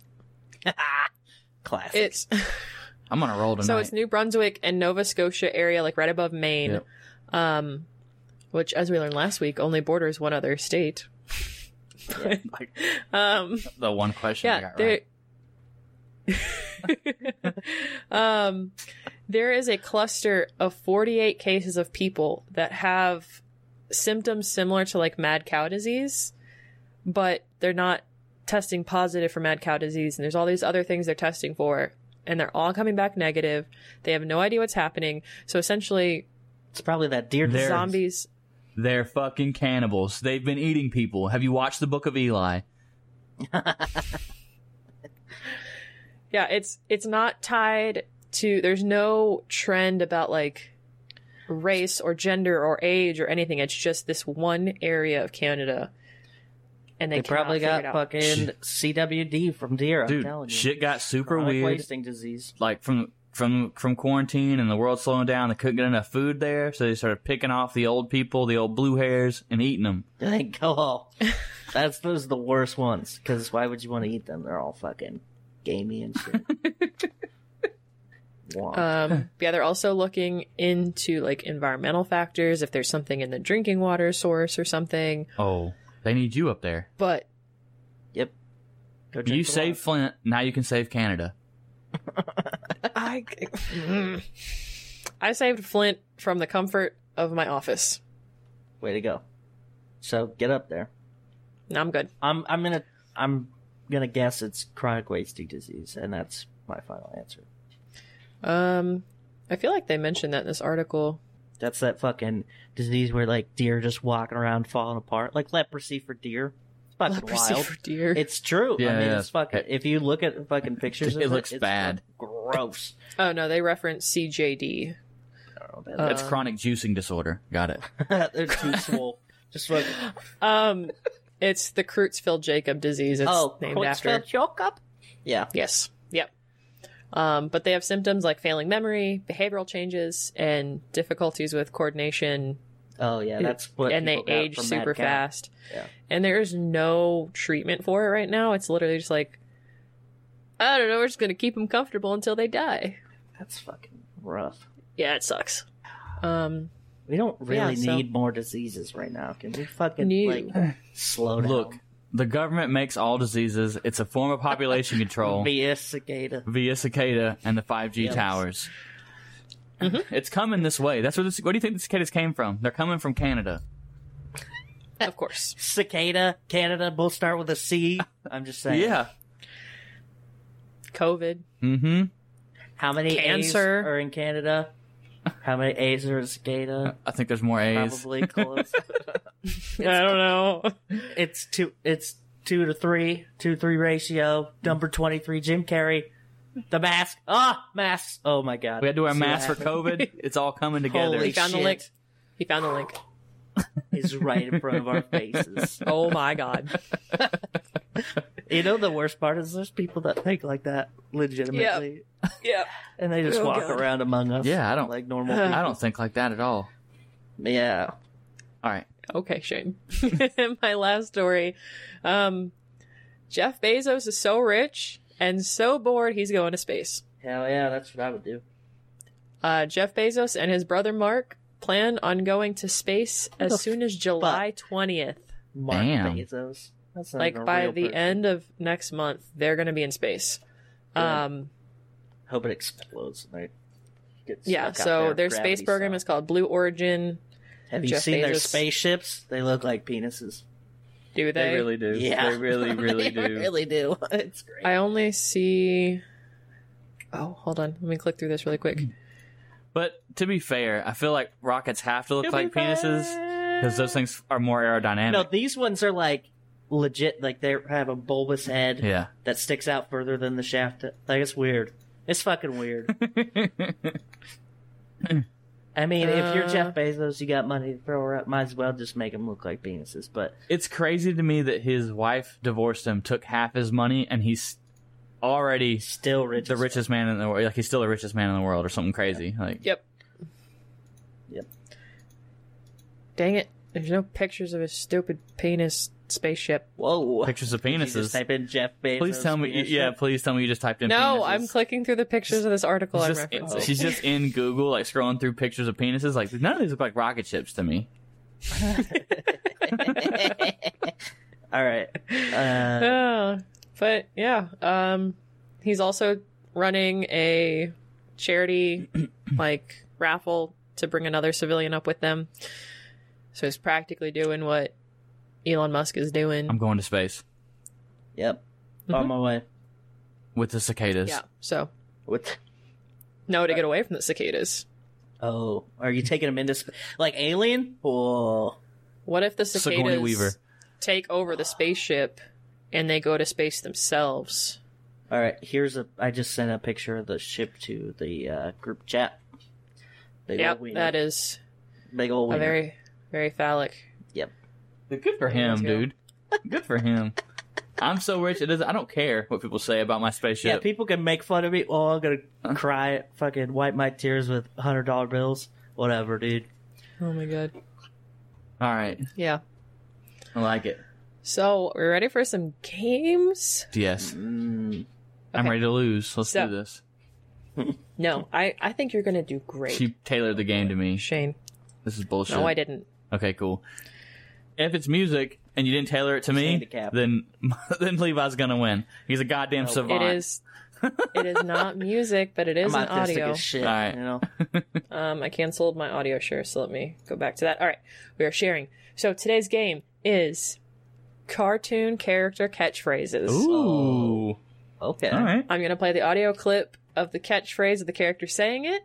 S4: Classic.
S6: it's
S5: I'm on a roll tonight.
S6: So it's New Brunswick and Nova Scotia area, like right above Maine,
S5: Yep.
S6: um, which, as we learned last week, only borders one other state. um,
S5: the one question I
S6: yeah,
S5: got
S6: there.
S5: right.
S6: um, there is a cluster of 48 cases of people that have symptoms similar to like mad cow disease, but they're not testing positive for mad cow disease, and there's all these other things they're testing for, and they're all coming back negative. They have no idea what's happening. So essentially,
S4: It's probably that deer
S5: There-
S4: design.
S6: zombies.
S5: They're fucking cannibals. They've been eating people. Have you watched the Book of Eli?
S6: Yeah, it's it's not tied to. There's no trend about like race or gender or age or anything. It's just this one area of Canada, and they,
S4: They probably got
S6: fucked.
S4: fucking CWD from deer. I'm telling
S5: Dude,
S4: you,
S5: shit got super
S4: Chronic
S5: weird.
S4: wasting disease.
S5: Like from from from quarantine and the world slowing down, they couldn't get enough food there, so they started picking off the old people, the old blue hairs, and eating them.
S4: Thank all. That's those are the worst ones. Because why would you want to eat them? They're all fucking gamey and shit. Womp.
S6: Um, yeah, they're also looking into like environmental factors if there's something in the drinking water source or something.
S5: Oh, they need you up there.
S6: But
S4: yep. Go drink
S5: You
S4: the
S5: save
S4: water.
S5: Flint, now you can save Canada.
S6: I, mm, I saved Flint from the comfort of my office.
S4: Way to go. So get up there.
S6: Now I'm good.
S4: I'm I'm gonna I'm gonna guess it's chronic wasting disease, and that's my final answer.
S6: Um, I feel like they mentioned that in this article.
S4: That's that fucking disease where like deer just walking around falling apart, like leprosy for deer. It's fucking
S6: Leprosy
S4: wild.
S6: for deer.
S4: It's true. I
S5: Yeah,
S4: mean,
S5: yeah.
S4: it's fucking. If you look at fucking pictures, of
S5: It looks
S4: it's
S5: bad.
S4: Gross.
S6: oh no, they reference CJD. Oh,
S5: That's
S4: Uh.
S5: chronic juicing disorder. Got it.
S4: They're too swole. Just like
S6: Um, it's the Creutzfeldt Jacob disease. It's
S4: oh,
S6: named after.
S4: choke up. Yeah,
S6: Yes. Yep. Um, but they have symptoms like failing memory, behavioral changes, and difficulties with coordination,
S4: Oh yeah, that's what.
S6: and they
S4: people got
S6: age
S4: from
S6: super
S4: that guy.
S6: fast.
S4: Yeah.
S6: And there's no treatment for it right now. It's literally just like, I don't know, we're just going to keep them comfortable until they die.
S4: That's fucking rough.
S6: Yeah, it sucks. Um,
S4: We don't really
S6: so-
S4: need more diseases right now. Can we fucking
S6: No.
S4: like slow down?
S5: Look, the government makes all diseases. It's a form of population control
S4: via cicada.
S5: via cicada and the 5G
S4: Yes.
S5: towers. It's coming this way. That's where this. Where do you think the cicadas came from? They're coming from Canada.
S6: of course.
S4: Cicada, Canada. We'll start with a C. I'm just saying.
S5: Yeah.
S6: COVID.
S5: Mm-hmm.
S4: How many
S6: Cancer.
S4: A's are in Canada? How many A's are in cicada?
S5: I think there's more A's.
S4: Probably close.
S6: I don't know.
S4: it's two. It's two to three. Two to three ratio. Number twenty three. Jim Carrey. The mask. Ah, masks. Oh my god.
S5: We had to wear
S4: See what
S5: masks for
S4: happened?
S5: COVID. It's all coming together.
S4: Holy
S6: We found the
S4: shit.
S6: link. He found the link.
S4: Is right in front of our faces.
S6: Oh my god.
S4: You know the worst part is there's people that think like that legitimately,
S6: yeah.
S4: and they just
S6: Oh,
S4: walk
S6: God.
S4: around among us.
S5: Yeah, I don't-
S4: like normal.
S5: I
S4: People.
S5: don't think like that at all.
S4: Yeah,
S5: All right.
S6: Okay, Shane. My last story. Um, Jeff Bezos is so rich and so bored, he's going to space.
S4: hell yeah, that's what I would do.
S6: Uh, Jeff Bezos and his brother Mark plan on going to space as soon as July 20th.
S4: Mark
S5: Damn.
S4: Bezos. That's not even
S6: Like
S4: a
S6: by
S4: real
S6: the
S4: person.
S6: end of next month, they're going to be in space.
S4: Yeah.
S6: Um,
S4: Hope it explodes. And they get
S6: yeah,
S4: stuck out
S6: so
S4: there,
S6: their space
S4: gravity
S6: program
S4: style.
S6: is called Blue Origin.
S4: Have you
S6: Jeff
S4: seen their
S6: Bezos.
S4: spaceships? They look like penises.
S6: Do they?
S5: do.
S4: Yeah.
S5: They really, really
S4: They
S5: do.
S4: really do. It's great.
S6: I only see. Oh, hold on. Let me click through this really quick.
S5: But to be fair, I feel like rockets have to look like penises because those things are more aerodynamic.
S4: no, these ones are like legit. Like they have a bulbous head
S5: yeah.
S4: that sticks out further than the shaft. Like it's weird. It's fucking weird. I mean, if you're
S6: Uh.
S4: Jeff Bezos, you got money to throw around. Might as well just make them look like penises. But
S5: it's crazy to me that his wife divorced him, took half his money, and he's already
S4: still rich.
S5: the
S4: as
S5: richest man in the world. Like he's still the richest man in the world, or something crazy. Like
S6: Yep.
S4: Yep.
S6: Dang it. There's no pictures of his stupid penis spaceship.
S4: Whoa.
S5: pictures of
S4: Did you just
S5: penises.
S4: type in Jeff Bezos.
S5: Please tell me.
S4: penis
S5: Yeah,
S4: shop?
S5: please tell me you just typed in.
S6: No,
S5: penises.
S6: I'm clicking through the pictures of this article I'm
S5: She's just,
S6: referencing.
S5: she's just in Google, like scrolling through pictures of penises. Like none of these look like rocket ships to me.
S4: All right. Uh,
S6: Yeah. Oh, But yeah, um, he's also running a charity like raffle to bring another civilian up with them. So he's practically doing what Elon Musk is doing.
S5: I'm going to space
S4: yep. On my way.
S5: with the cicadas.
S6: yeah. So
S4: What?
S6: no to get away from the cicadas.
S4: Oh, are you taking them into sp- like Alien? Whoa.
S6: What if the
S5: Sigourney
S6: cicadas
S5: Weaver.
S6: take over the spaceship and they go to space themselves?
S4: All right. Here's a. I just sent a picture of the ship to the uh, group chat. Big
S6: Yep,
S4: old wiener.
S6: that is
S4: big old
S6: a
S4: wiener.
S6: very, very phallic.
S5: Good for him,
S6: Yeah.
S5: dude. Good for him. I'm so rich. It is. I don't care what people say about my spaceship.
S4: Yeah, people can make fun of me. Oh, I'm gonna cry, fucking wipe my tears with hundred dollar bills. Whatever, dude.
S6: Oh my god.
S5: All right,
S6: Yeah.
S5: I like it.
S6: So we're ready for some games.
S5: Yes,
S4: Mm,
S5: I'm
S6: Okay.
S5: ready to lose. Let's
S6: So-
S5: do this.
S6: No, I, I think you're gonna do great,
S5: She tailored the game to me.
S6: Shane.
S5: This is bullshit.
S6: No, I didn't.
S5: Okay, cool. If it's music and you didn't tailor it to me,
S4: Handicap.
S5: then then Levi's gonna win. He's a goddamn
S6: Oh, It
S5: savant.
S6: is. it is not music, but it is
S4: I'm
S6: an
S4: autistic
S6: audio.
S4: as shit.
S5: All right.
S4: You know,
S6: Um, I canceled my audio share, so let me go back to that. All right, we are sharing. So today's game is cartoon character catchphrases.
S5: Ooh.
S4: okay.
S5: All right.
S6: I'm going to play the audio clip of the catchphrase of the character saying it,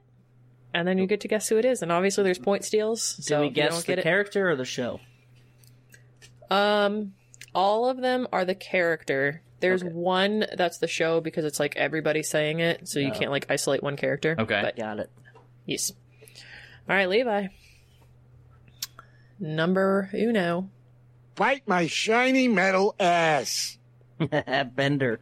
S6: and then you get to guess who it is. And obviously, there's point steals. So
S4: Do we
S6: if you
S4: guess
S6: don't get
S4: the
S6: it.
S4: character or the show?
S6: um, all of them are the character. There's one that's the show because it's like everybody saying it, so
S4: Oh.
S6: you can't like isolate one character.
S5: Okay.
S6: But
S4: Got it.
S6: yes. All right, Levi. Number uno.
S3: Bite my shiny metal ass.
S4: Bender.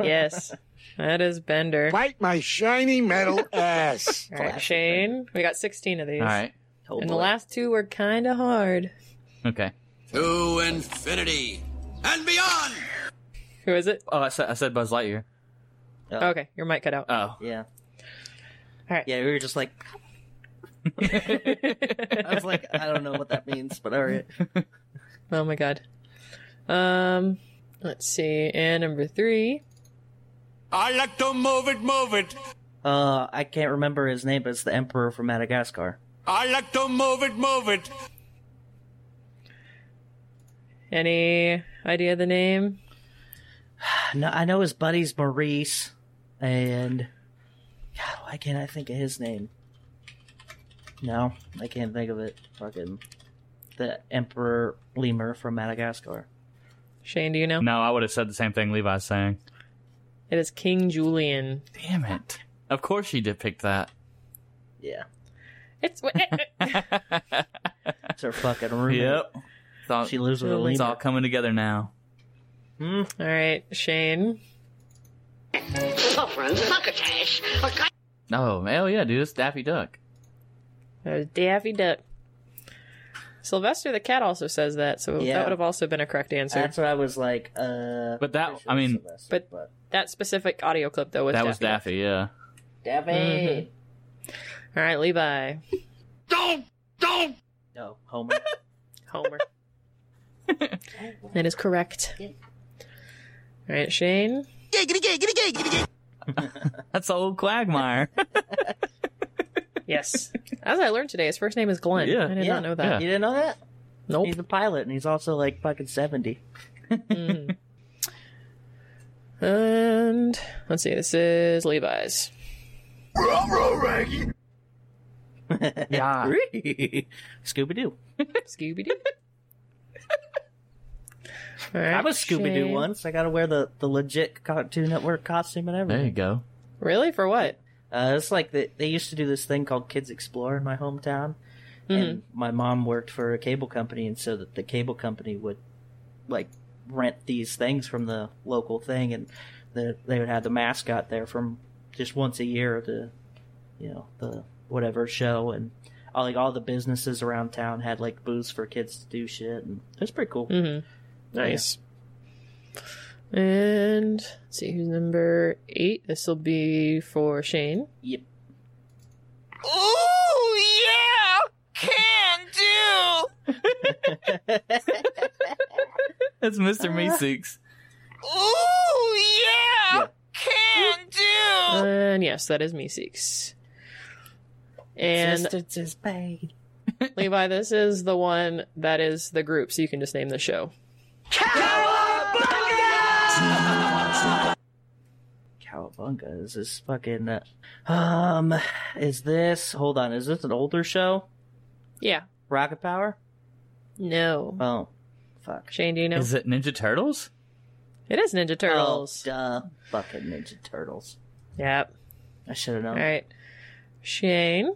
S6: Yes, that is Bender.
S3: Bite my shiny metal ass.
S6: All right, Shane. We got 16 of these.
S5: All right.
S4: Oh,
S6: and
S4: boy.
S6: the last two were kind of hard.
S5: Okay.
S7: To infinity and beyond!
S6: Who is it?
S5: Oh, I said, I said Buzz Lightyear.
S4: Oh.
S6: Okay, your mic cut out.
S5: Oh,
S4: Yeah.
S6: All right.
S4: Yeah, we were just like. I was like, I don't know what that means, but all right.
S6: Oh my god. Um, let's see. And number three.
S7: I like to move it, move it.
S4: Uh, I can't remember his name, but it's the Emperor from Madagascar.
S7: I like to move it, move it.
S6: Any idea of the name?
S4: No, I know his buddy's Maurice, and God, why can't I think of his name? No, I can't think of it. Fucking the Emperor Lemur from Madagascar.
S6: Shane, do you know?
S5: no, I would have said the same thing Levi's saying.
S6: It is King Julian.
S5: Damn it. Of course you did pick that.
S4: Yeah,
S6: It's
S4: it's her fucking roommate.
S5: It's all,
S4: She lives with a
S5: it's
S4: lemur.
S5: all coming together now.
S6: all right, Shane.
S8: sovereigns, succotash, a guy
S5: Oh, hell yeah, dude. It's Daffy Duck.
S6: That was Daffy Duck. Sylvester the cat also says that, so
S4: Yeah.
S6: that would have also been a correct answer.
S4: That's what I was like. Uh,
S5: But that-
S4: sure
S5: I
S4: it's
S5: mean-
S4: Sylvester,
S6: But-
S4: but
S6: that specific audio clip though was
S5: that
S6: Daffy.
S5: was Daffy, yeah.
S4: Daffy.
S6: All right, Levi,
S7: Don't, don't.
S4: No, Homer.
S6: Homer. that is correct. All right, Shane.
S5: That's old Quagmire.
S6: Yes. As I learned today, his first name is Glenn.
S5: Yeah.
S6: I did
S4: Yeah.
S6: not know that.
S4: You didn't know that?
S6: Nope.
S4: He's a pilot, and he's also like fucking seventy.
S6: And let's see, this is Levi's.
S5: yeah.
S4: Scooby Doo.
S6: Scooby Doo.
S4: I was Scooby Doo once. I got to wear the, the legit Cartoon Network costume and
S5: There you
S4: everything.
S5: go.
S6: Really? For what?
S4: Uh, it's like the, they used to do this thing called Kids Explore in my hometown, and my mom worked for a cable company, and so that the cable company would like rent these things from the local thing, and the, they would have the mascot there from just once a year to you know the whatever show, and all, like all the businesses around town had like booths for kids to do shit, and it was pretty cool.
S6: Mm-hmm.
S4: Oh,
S6: Nice. And let's see who's number eight. This will be for Shane.
S4: Yep.
S8: Ooh, yeah! Can do!
S5: That's Mr.
S6: Uh,
S5: Meeseeks.
S8: Ooh, yeah! Can do!
S6: And yes, that is me six. And
S4: Existence is paid.
S6: Levi, this is the one that is the group, so you can just name the show.
S4: Cowabunga is this fucking uh, um is this hold on is this an older show
S6: Yeah.
S4: rocket power
S6: No.
S4: oh fuck
S6: Shane, do you know?
S5: Is it Ninja Turtles?
S6: it is Ninja Turtles.
S4: oh, duh fucking ninja turtles
S6: yep.
S4: i should have known
S6: All right. Shane.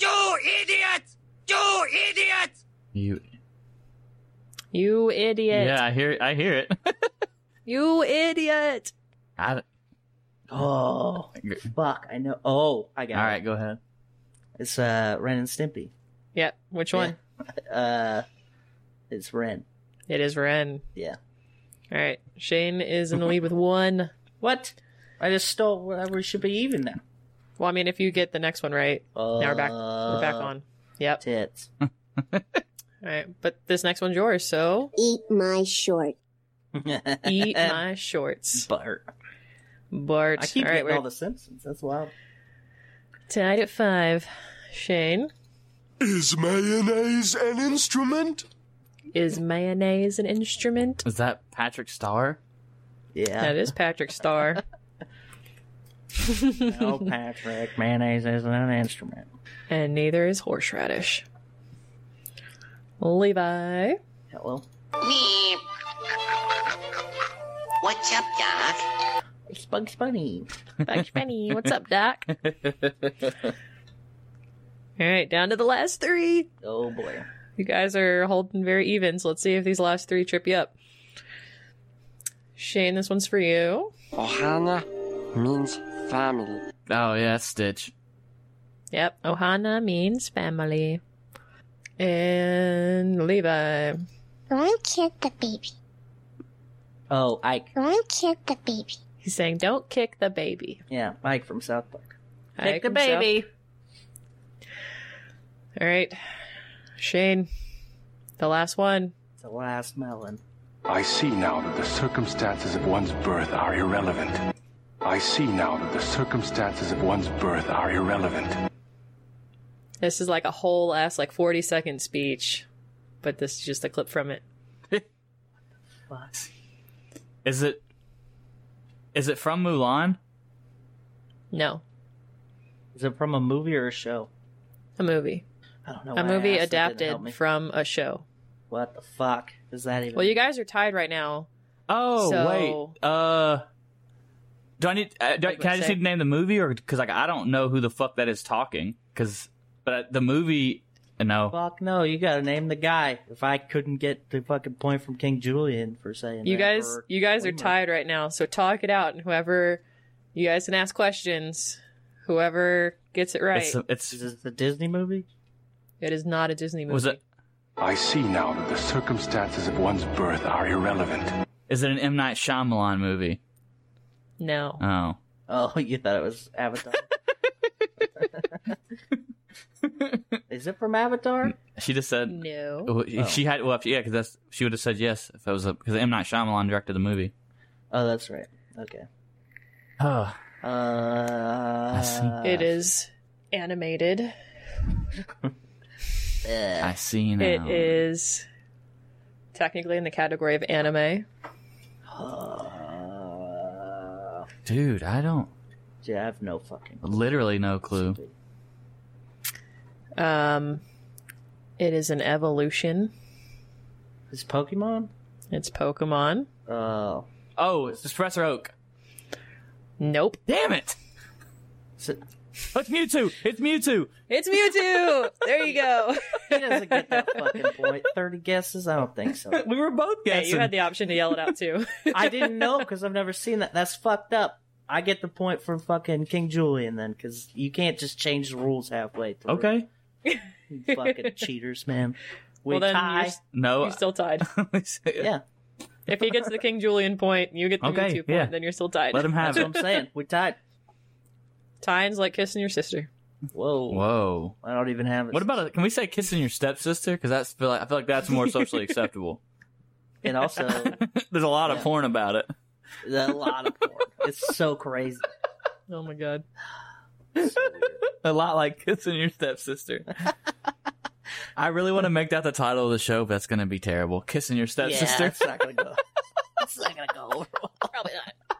S7: You idiot! You idiot!
S5: You.
S6: You idiot.
S5: Yeah, I hear. I hear it.
S6: You idiot.
S5: I,
S4: oh fuck i know oh i got
S5: all
S4: it
S5: right, go ahead.
S4: it's uh ren and stimpy
S6: Yep. Which one?
S4: uh it's ren
S6: It is Ren.
S4: yeah
S6: All right. Shane is in the lead with one.
S4: what i just stole whatever we should be even now
S6: Well, I mean, if you get the next one right,
S4: oh
S6: now we're back. we're back on. Yep.
S4: tits
S6: All right. But this next one's yours. So
S9: Eat my short.
S6: eat my shorts,
S4: Bart.
S6: Bart.
S4: I keep
S6: all right.
S4: getting
S6: We're
S4: all the Simpsons. That's wild.
S6: tied at five. Shane,
S7: Is mayonnaise an instrument?
S6: is mayonnaise an instrument?
S5: Is that Patrick Starr?
S4: Yeah.
S6: That is Patrick Starr.
S4: No, Patrick, mayonnaise isn't an instrument.
S6: and neither is horseradish. Levi.
S4: Hello.
S8: Me. What's up, Doc?
S4: It's Bugs Bunny.
S6: Bugs Bunny. What's up, Doc? All right, down to the last three.
S4: Oh boy.
S6: You guys are holding very even, so let's see if these last three trip you up. Shane, this one's for you.
S10: Ohana means family.
S5: Oh yeah, that's Stitch.
S6: Yep, Ohana means family. And Levi.
S9: Don't kick the baby.
S4: Oh, Ike.
S9: Don't kick the baby.
S6: He's saying, don't kick the baby.
S4: Yeah, Ike from South Park.
S6: Ike himself. All right. Shane, the last one.
S4: It's the last melon.
S11: I see now that the circumstances of one's birth are irrelevant. I see now that the circumstances of one's birth are irrelevant.
S6: This is like a whole ass, like 40 second speech, but this is just a clip from it.
S5: Is it? Is it from Mulan?
S6: No,
S4: Is it from a movie or a show?
S6: a movie.
S4: I don't know.
S6: a
S4: why I
S6: movie
S4: asked, it didn't help me.
S6: adapted from a show.
S4: What the fuck is that even?
S6: Well, you guys are tied right now.
S5: Oh
S6: So-
S5: wait. Uh, do I need? Uh, do, I-
S6: Like,
S5: can I
S6: let's
S5: just
S6: say-
S5: need to name the movie, or because like I don't know who the fuck that is talking? Because but uh, the movie, uh, no.
S4: Fuck no, you gotta name the guy. If I couldn't get the fucking point from King Julian for saying
S6: You
S4: that
S6: guys,
S4: for
S6: you guys are
S4: Weimer.
S6: tied right now. So talk it out, and whoever you guys can ask questions. Whoever gets it right.
S5: It's it's
S4: Is this the Disney movie?
S6: It is not a Disney movie.
S5: was it
S11: I see now that the circumstances of one's birth are irrelevant.
S5: is it an M Night Shyamalan movie?
S6: No.
S5: Oh,
S4: Oh, you thought it was Avatar. is it from
S6: Mm.
S4: Avatar?
S5: she just said
S6: No.
S5: oh, if she had. Well, if, yeah, because that's she would have said yes if it was because M Night Shyamalan directed the movie.
S4: Oh, that's right. Okay.
S5: Oh,
S4: Uh,
S6: It is animated.
S5: I see now.
S6: It is technically in the category of anime.
S4: uh,
S5: dude. I don't
S4: gee, I have no fucking.
S5: literally no clue.
S6: Um, it is an evolution.
S4: Is Pokemon?
S6: It's Pokemon.
S4: Oh,
S5: Oh, it's just Professor Oak.
S6: Nope.
S5: Damn it!
S4: is it-
S5: It's Mewtwo. It's Mewtwo.
S6: It's Mewtwo. there you go.
S4: he doesn't get that fucking point. Thirty guesses? I don't think so.
S5: We were both
S6: Yeah,
S5: guessing.
S6: you had the option to yell it out too.
S4: I didn't know because I've never seen that. That's fucked up. I get the point for fucking King Julian then, because you can't just change the rules halfway through.
S5: Okay.
S4: You fucking cheaters, man. We
S6: well, then
S4: tie.
S6: you're,
S5: No.
S6: you're still tied.
S4: Yeah,
S6: If he gets the King Julian point, you get the
S5: Okay,
S6: Mewtwo point,
S5: yeah.
S6: then you're still tied.
S5: Let him have
S4: that's what
S5: it.
S4: I'm saying. We tied.
S6: Tying's like kissing your sister.
S4: Whoa.
S5: Whoa.
S4: I don't even have it.
S5: What about a, can we say kissing your stepsister? Because that's feel like, I feel like that's more socially acceptable.
S4: And also,
S5: There's a lot of
S4: Yeah.
S5: porn about it.
S4: a lot of porn. It's so crazy.
S6: Oh my god.
S5: A lot like kissing your stepsister. I really want to make that the title of the show, but that's going to be terrible. Kissing your
S4: yeah,
S5: stepsister.
S4: it's not gonna go. It's not gonna go over. well.
S6: Probably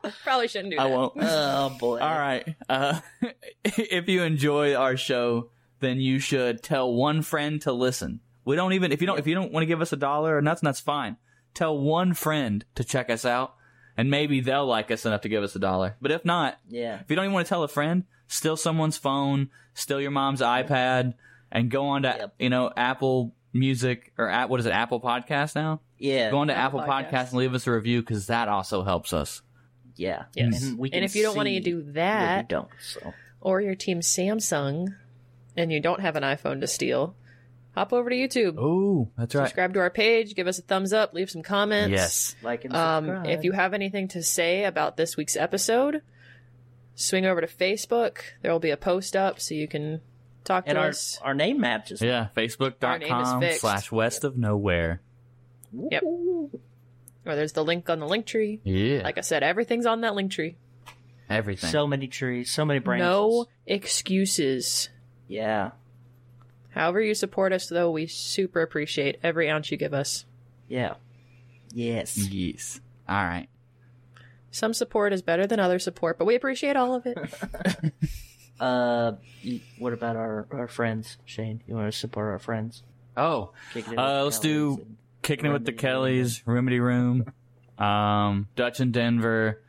S6: not. Probably shouldn't do that.
S5: I won't.
S4: Oh boy.
S5: All right. Uh, if you enjoy our show, then you should tell one friend to listen. We don't even if you don't if you don't want to give us a dollar or nothing, that's fine. Tell one friend to check us out, and maybe they'll like us enough to give us a dollar. But if not,
S4: Yeah.
S5: if you don't even want to tell a friend, steal someone's phone, steal your mom's iPad, and go on to
S4: Yep.
S5: you know Apple Music or at what is it Apple Podcast now?
S4: Yeah.
S5: Go on to Apple,
S6: Apple
S5: Podcast.
S6: Podcasts.
S5: and leave us a review because that also helps us.
S4: yeah.
S6: Yes.
S4: And, we can
S6: And if you don't want to
S4: see
S6: do
S4: that,
S6: that,
S4: we don't. So.
S6: or your team Samsung, and you don't have an iPhone to steal, hop over to YouTube.
S5: Oh, that's right.
S6: Subscribe to our page, give us a thumbs up, leave some comments.
S5: Yes.
S4: Like and
S6: Um,
S4: subscribe.
S6: if you have anything to say about this week's episode, swing over to Facebook. There will be a post up so you can talk
S4: and
S6: to
S4: our
S6: us.
S4: our name matches.
S5: Yeah,
S6: Our name
S5: facebook.com
S6: is fixed.
S5: slash west of nowhere.
S6: Yep. Or there's the link on the link tree.
S5: Yeah.
S6: Like I said, everything's on that link tree.
S5: everything.
S4: So many trees. So many branches.
S6: No excuses.
S4: Yeah.
S6: However you support us, though, we super appreciate every ounce you give us.
S4: Yeah.
S5: Mm-hmm.
S4: Yes.
S5: yes. All right.
S6: Some support is better than other support, but we appreciate all of it.
S4: Uh, y- what about our, our friends, Shane? You want to support our friends?
S5: Oh,
S4: Kick it with
S5: Uh, let's do-
S4: Kelly's and-
S5: kicking it with the
S4: Remedy
S5: Kellys, Remedy Room, um, Dutch in Denver,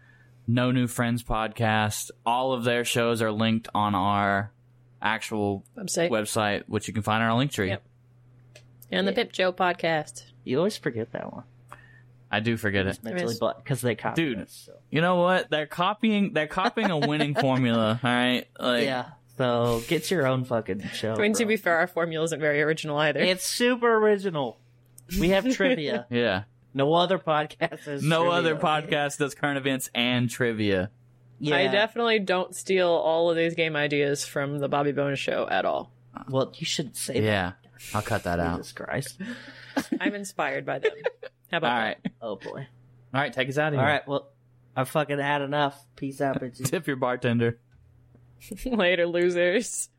S5: No New Friends podcast. All of their shows are linked on our actual
S6: Website.
S5: website, which you can find on our link tree.
S6: Yep. and the
S4: Yeah.
S6: Pip Joe podcast.
S4: You always forget that one.
S5: I do forget it.
S4: Mentally
S6: is.
S4: because they copied
S5: Dude.
S4: us, so.
S5: You know what? They're copying. They're copying a winning formula. All right. Like,
S4: yeah. So get your own fucking show.
S6: I mean, to
S4: Oh, bro.
S6: be fair, our formula isn't very original either.
S4: It's super original. We have trivia.
S5: Yeah.
S4: No other podcast is
S5: No
S4: trivia.
S5: other podcast does current events and trivia.
S6: I definitely don't steal all of these game ideas from the Bobby Bones show at all.
S4: Well, you shouldn't say
S5: Yeah. I'll cut that out.
S4: Jesus Christ.
S6: I'm inspired by them.
S5: All
S6: How about
S5: right.
S4: Oh boy.
S5: All right. Take us out of
S4: All
S5: here.
S4: right. Well, I fucking had enough. Peace out, bitches.
S5: Tip your bartender.
S6: that? Later, losers.